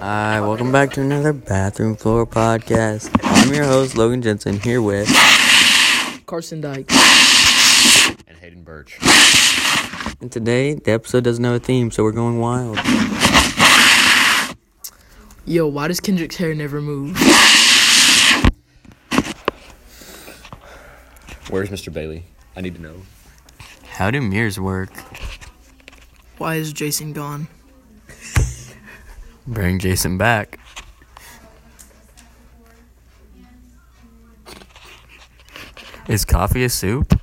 Hi, welcome back to another Bathroom Floor podcast. I'm your host, Logan Jensen, here with. Carson Dyke. and Hayden Birch. And today, the episode doesn't have a theme, so we're going wild. Yo, why does Kendrick's hair never move? Where's Mr. Bailey? I need to know. How do mirrors work? Why is Jason gone? Bring Jason back. Is coffee a soup?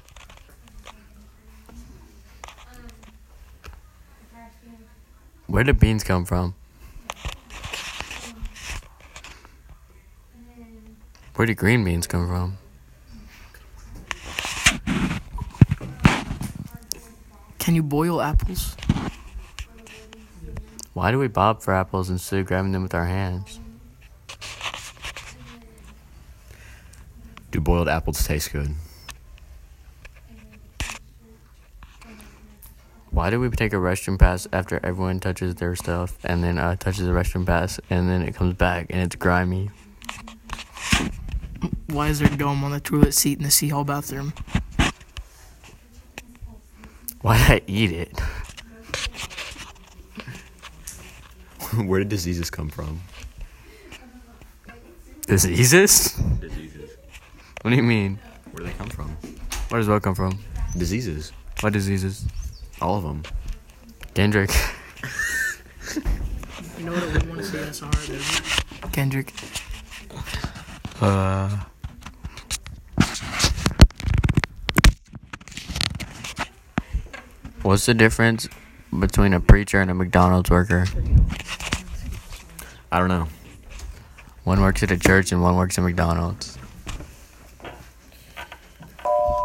Where did beans come from? Where do green beans come from? Can you boil apples? Why do we bob for apples instead of grabbing them with our hands? Do boiled apples taste good? Why do we take a restroom pass after everyone touches their stuff and then uh, touches the restroom pass and then it comes back and it's grimy? Why is there dome on the toilet seat in the Sea Hall bathroom? Why did I eat it? Where did diseases come from? Diseases? Diseases. What do you mean? Where do they come from? Where does what come from? Diseases. What diseases? All of them. Kendrick. You know what I would want to say in a song right there? Kendrick. Uh. What's the difference between a preacher and a McDonald's worker? I don't know. One works at a church and one works at McDonald's.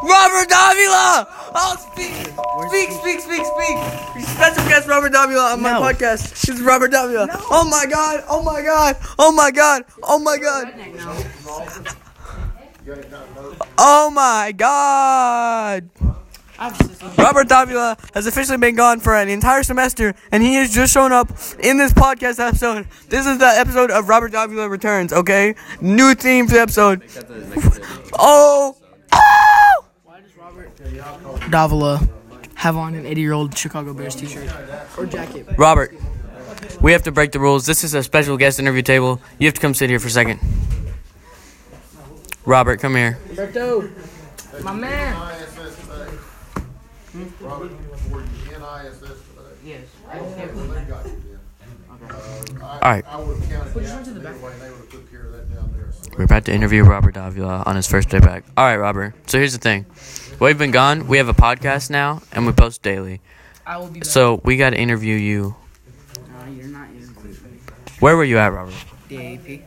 Robert Davila! Oh, speak, speak, speak, speak, speak. Special guest Robert Davila on my podcast. It's Robert Davila. Oh my god, oh my god, oh my god, oh my god. Oh my god. Robert Davila has officially been gone for an entire semester, and he has just shown up in this podcast episode. This is the episode of Robert Davila Returns, okay? New theme for the episode. Oh! Davila. Have on an 80 year old Chicago Bears t shirt. Or jacket. Robert, we have to break the rules. This is a special guest interview table. You have to come sit here for a second. Robert, come here. My man! NISS today. Robert, for NISS today. Yes. Well, they got you then. All right. I would have counted that anyway, and they would have took care of that down there. So We're about to interview Robert Davila on his first day back. All right, Robert. So here's the thing. While you've been gone, we have a podcast now, and we post daily. I will be back. So we got to interview you. No, you're not using Where were you at, Robert? DAP.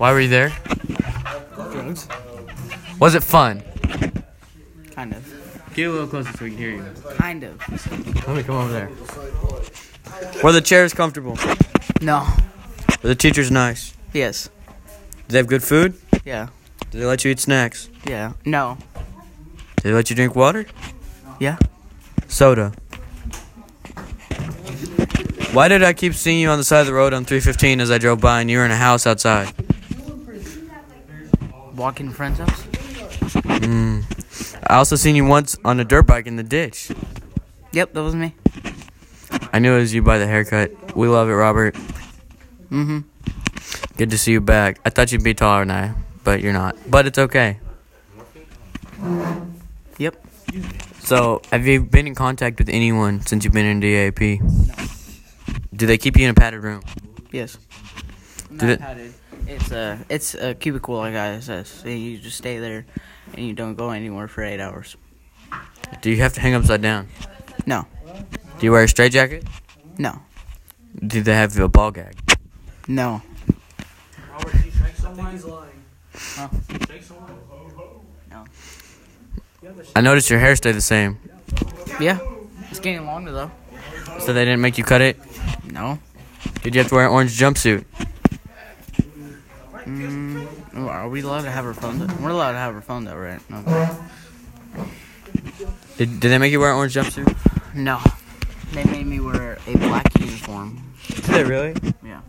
Why were you there? Was it fun? Kind of. Get a little closer so we can hear you. Kind of. Let me come over there. Were the chairs comfortable? No. Were the teachers nice? Yes. Did they have good food? Yeah. Did they let you eat snacks? Yeah. No. Did they let you drink water? Yeah. Soda. Why did I keep seeing you on the side of the road on 315 as I drove by and you were in a house outside? Walking friends up? I also seen you once on a dirt bike in the ditch. Yep, that was me. I knew it was you by the haircut. We love it, Robert. Mm hmm. Good to see you back. I thought you'd be taller than I, but you're not. But it's okay. Yep. So, have you been in contact with anyone since you've been in DAP? Do they keep you in a padded room? Yes. Did it- padded. It's a it's a cubicle like I says. And you just stay there, and you don't go anywhere for eight hours. Do you have to hang upside down? No. Do you wear a straitjacket? No, Do they have a ball gag? no. I noticed your hair stayed the same. Yeah, it's getting longer though. So they didn't make you cut it? No, Did you have to wear an orange jumpsuit? are we allowed to have our phone? th- We're allowed to have our phone though, right? No, Did, did they make you wear an orange jumpsuit? no. They made me wear a black uniform. Did they really? Yeah.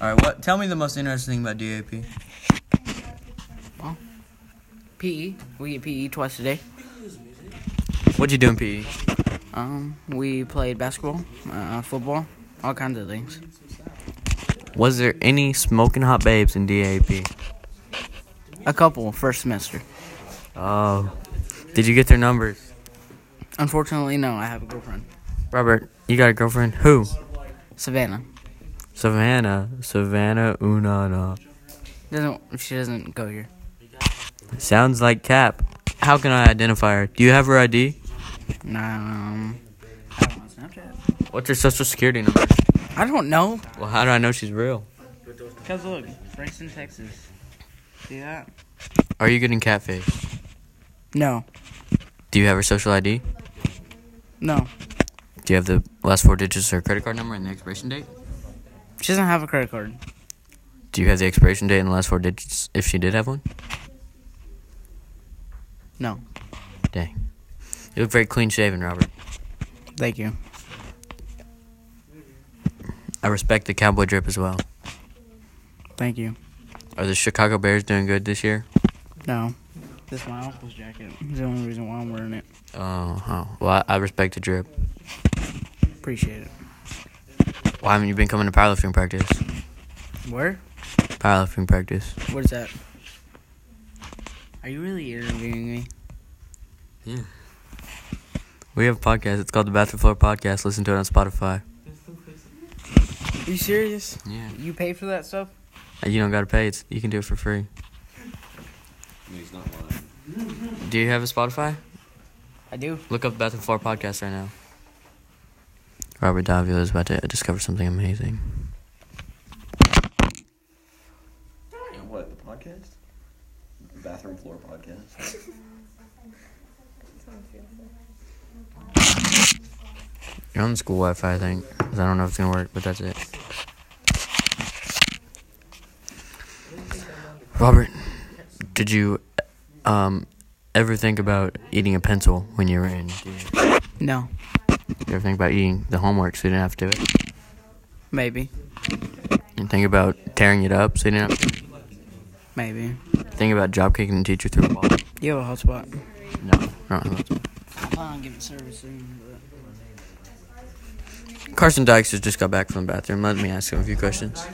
All right, what? Tell me the most interesting thing about DAP. PE. E, We get PE twice a day. What'd you do in E? PE? Um, we played basketball, uh, football, all kinds of things. Was there any smoking hot babes in DAP? A couple first semester. Oh, did you get their numbers? Unfortunately, no. I have a girlfriend, Robert, you got a girlfriend? Who? Savannah. Savannah. Savannah Unana. Doesn't she doesn't go here? Sounds like Cap. How can I identify her? Do you have her ID? No. Um, I don't know Snapchat. What's her social security number? I don't know. Well, how do I know she's real? Cause look, Frankston, Texas. See that? Are you getting catfish? No. Do you have her social ID? No. Do you have the last four digits of her credit card number and the expiration date? She doesn't have a credit card. Do you have the expiration date and the last four digits if she did have one? No. Dang. You look very clean shaven, Robert. Thank you. I respect the cowboy drip as well. Thank you. Are the Chicago Bears doing good this year? No. This is my uncle's jacket. It's the only reason why I'm wearing it. Oh, oh. well, I, I respect the drip. Appreciate it. Why haven't you been coming to powerlifting practice? Where? Powerlifting practice. What is that? Are you really interviewing me? We have a podcast. It's called the Bathroom Floor Podcast. Listen to it on Spotify. Are you serious? Yeah. You pay for that stuff? You don't gotta pay. It's you can do it for free. He's not lying. Do you have a Spotify? I do. Look up Bathroom Floor Podcast right now. Robert Davila is about to discover something amazing. What, the podcast? Bathroom floor podcast? You're on the school Wi-Fi, I think. 'cause I don't know if it's gonna work, but that's it. Robert, did you um, ever think about eating a pencil when you were in? Did you No. ever think about eating the homework so you didn't have to do it? Maybe. And think about tearing it up so you didn't have to Maybe. think about job kicking the teacher through a wall. You have a hotspot. No, I don't know. I plan on giving service soon, but Carson Dykes has just got back from the bathroom. Let me ask him a few questions.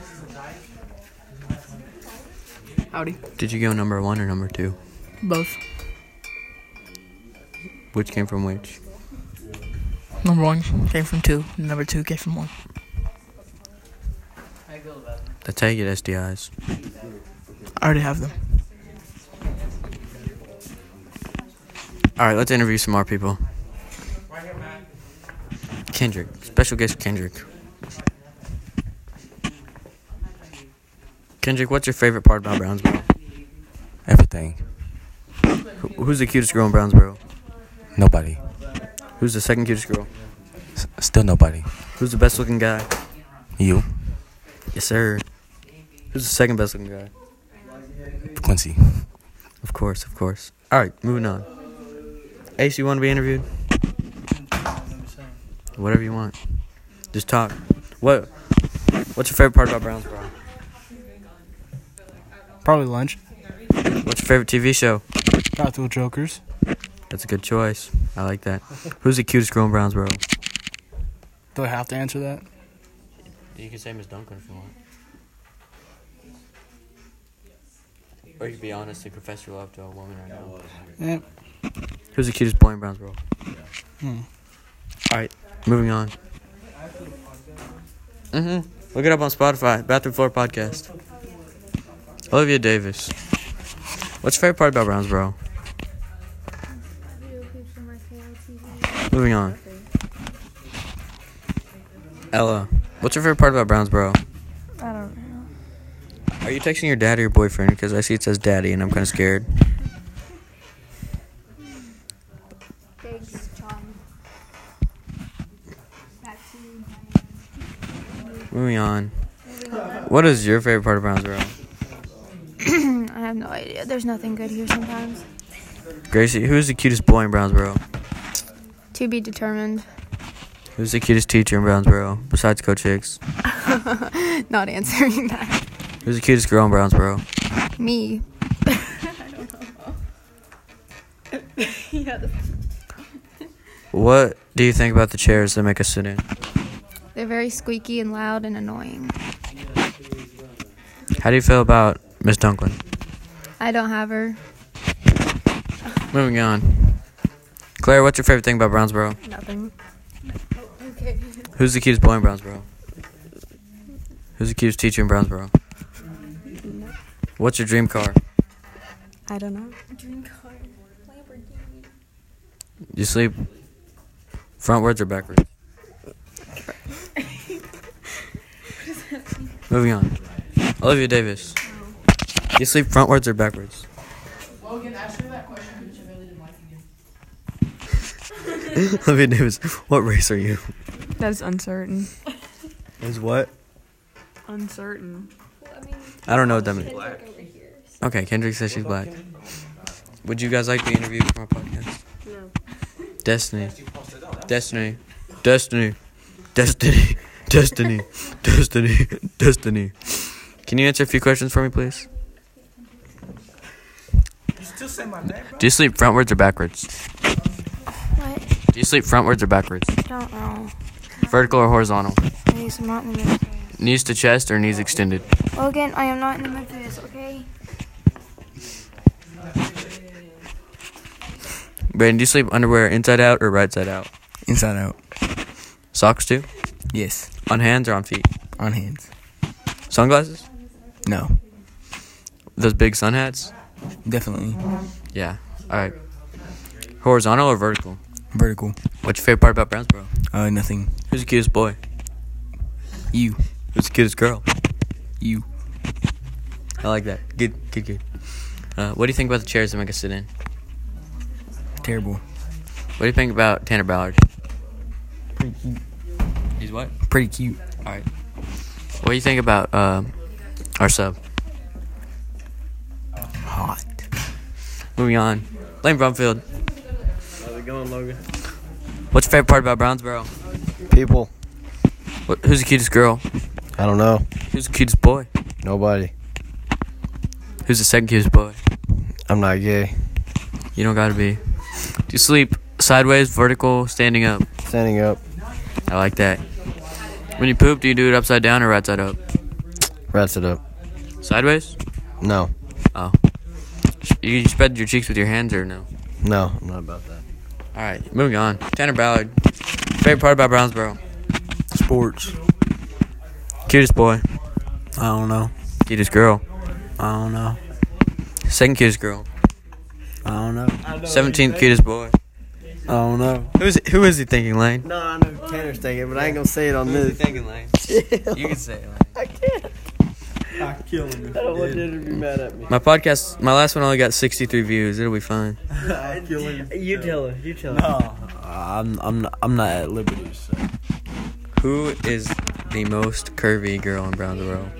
Howdy. Did you go number one or number two? Both. Which came from which? Number one came from two. and Number two came from one. I go about That's how you get SDIs. I already have them. All right, let's interview some more people. Kendrick, special guest Kendrick. Kendrick, what's your favorite part about Brownsboro? Everything. Wh- Who's the cutest girl in Brownsboro? Nobody. Who's the second cutest girl? S- still nobody. Who's the best looking guy? You, Yes, sir. Who's the second best looking guy? Quincy. Of course, of course. All right, moving on. Ace, you want to be interviewed? Whatever you want. Just talk. What? What's your favorite part about Brownsboro? Probably lunch. What's your favorite TV show? Practical Jokers. That's a good choice. I like that. Who's the cutest girl in Brownsboro? Do I have to answer that? You can say Miss Duncan if you want. Or you can be honest and confess your love to a woman right now. Eh, Who's the cutest boy in Brownsboro? Hmm. All right, moving on. Mm-hmm. Look it up on Spotify. Bathroom Floor Podcast. Olivia Davis. What's your favorite part about Brownsboro? Moving on. Ella, what's your favorite part about Brownsboro? I don't know. Are you texting your dad or your boyfriend? Because I see it says daddy, and I'm kind of scared. Thanks, John. Back to you. Moving on. What is your favorite part of Brownsboro? I have no idea. There's nothing good here sometimes. Gracie, who is the cutest boy in Brownsboro? To be determined. Who's the cutest teacher in Brownsboro besides Coach Hicks? Not answering that. Who's the cutest girl in Brownsboro? Me. yeah, What do you think about the chairs that make us sit in? they're very squeaky and loud and annoying. How do you feel about Miss Dunklin? I don't have her. Moving on. Claire, what's your favorite thing about Brownsboro? Nothing. Okay. Who's the cutest boy in Brownsboro? Who's the cutest teacher in Brownsboro? What's your dream car? I don't know. You sleep frontwards or backwards? Moving on. Olivia Davis. You sleep frontwards or backwards? Olivia Davis, what race are you? That's uncertain. Is what? Uncertain. I don't know what that means. Okay, Kendrick says she's black. Would you guys like to be interviewed for my podcast? No. Destiny. Destiny. Destiny. Destiny. Destiny. Destiny. Destiny. Can you answer a few questions for me, please? Do you sleep frontwards or backwards? What? Do you sleep frontwards or backwards? Don't know. Vertical or horizontal? I use I'm not in the mood. Knees to chest or knees extended? Logan, I am not in the mood for this, okay? Brandon, do you sleep underwear inside out or right side out? Inside out. Socks too? Yes. On hands or on feet? On hands. Sunglasses? No. Those big sun hats? Definitely. Yeah. All right. Horizontal or vertical? Vertical. What's your favorite part about Brownsboro? Uh, nothing. Who's the cutest boy? You. Who's the cutest girl? You. I like that. Good, good, good. Uh, what do you think about the chairs that make us sit in? Terrible. What do you think about Tanner Ballard? Pretty cute. He's what? Pretty cute. All right. What do you think about uh, our sub? Hot. Moving on. Lane Brumfield. How's it going, Logan? What's your favorite part about Brownsboro? People. What, who's the cutest girl? I don't know. Who's the cutest boy? Nobody. Who's the second cutest boy? I'm not gay. You don't gotta be. Do you sleep sideways, vertical, standing up? Standing up. I like that. When you poop, do you do it upside down or right side up? Rats it up. Sideways? No. Oh. You spread your cheeks with your hands or no? No, I'm not about that. All right, moving on. Tanner Ballard. Favorite part about Brownsboro? Sports. Cutest boy. I don't know. Cutest girl. I don't know. Second cutest girl. I don't know. Seventeenth cutest boy. I don't know. Who's who is he thinking, Lane? No, I know Tanner's thinking, but I ain't gonna say it on Who's he this. thinking, Lane? You can say it. Lane. I can't. I'm killing I don't want Tanner to be mad at me. My podcast, my last one only got 63 views. It'll be fine. I'm killing You tell her. You tell her. No, I'm I'm not, I'm not at liberty to say. Who is the most curvy girl in Brownsboro?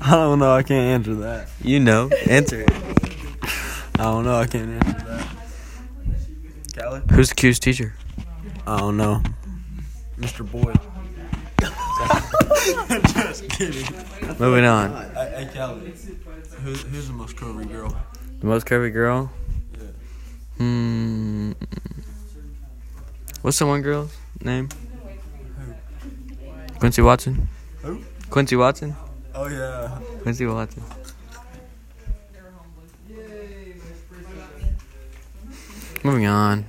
I don't know. I can't answer that. You know, answer it. I don't know. I can't answer that. Callie? Who's the cutest teacher? I don't know. Mr. Boyd. Just kidding. Moving on. Hey, Callie. Who's, who's the most curvy girl? The most curvy girl? Yeah. Hmm. What's the one girl's name? Quincy Watson. Who? Quincy Watson. Oh yeah. Quincy Watson. Moving on.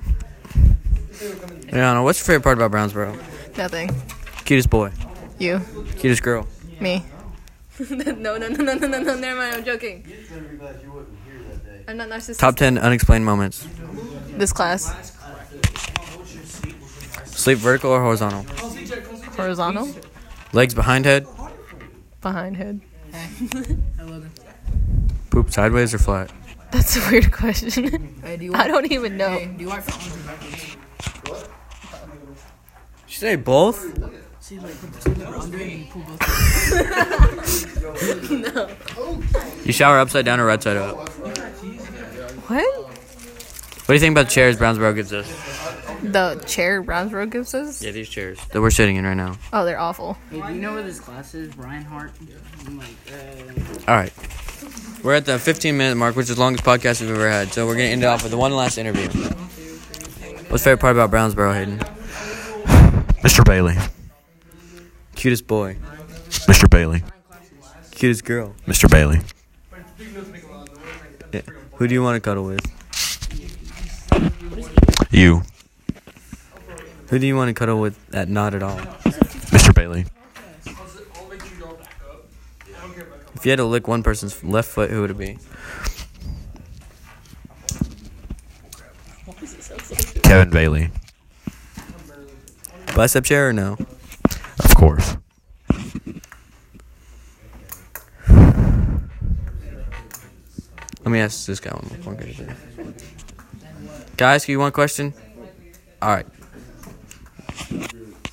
Rihanna, what's your favorite part about Brownsboro? Nothing. Cutest boy. You. Cutest girl. Me. no, no, no, no, no, no, no. Never mind. I'm joking. I'm not narcissistic. Top 10 unexplained moments. This class. Sleep vertical or horizontal? Horizontal. Legs behind head? Behind head. Poop sideways or flat? That's a weird question. I don't even know. Do you like frontwards or backwards? She say both? See, like, put the number under and you pull both. no. You shower upside down or right side up? What What? do you think about the chairs Brownsboro gives us? The chair Brownsboro gives us? Yeah, these chairs that we're sitting in right now. Oh, they're awful. Hey, do you know where this class is? Reinhardt? I'm like, uh, All right. We're at the 15 minute mark, which is the longest podcast we've ever had. So we're going to end it off with one last interview. What's favorite part about Brownsboro, Hayden? Mr. Bailey. Cutest boy. Mr. Bailey. Cutest girl. Mr. Bailey. Yeah. Who do you want to cuddle with? You. Who do you want to cuddle with at not at all? Mr. Bailey. If you had to lick one person's left foot, who would it be? Kevin Bailey. Bicep chair or no? Of course. Let me ask this guy one more question. Guys, you one question? All right.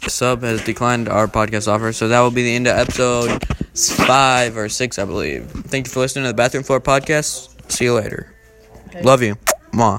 Sub has declined our podcast offer, so that will be the end of episode five or six, I believe. Thank you for listening to the Bathroom Floor podcast. See you later. Love you. Ma.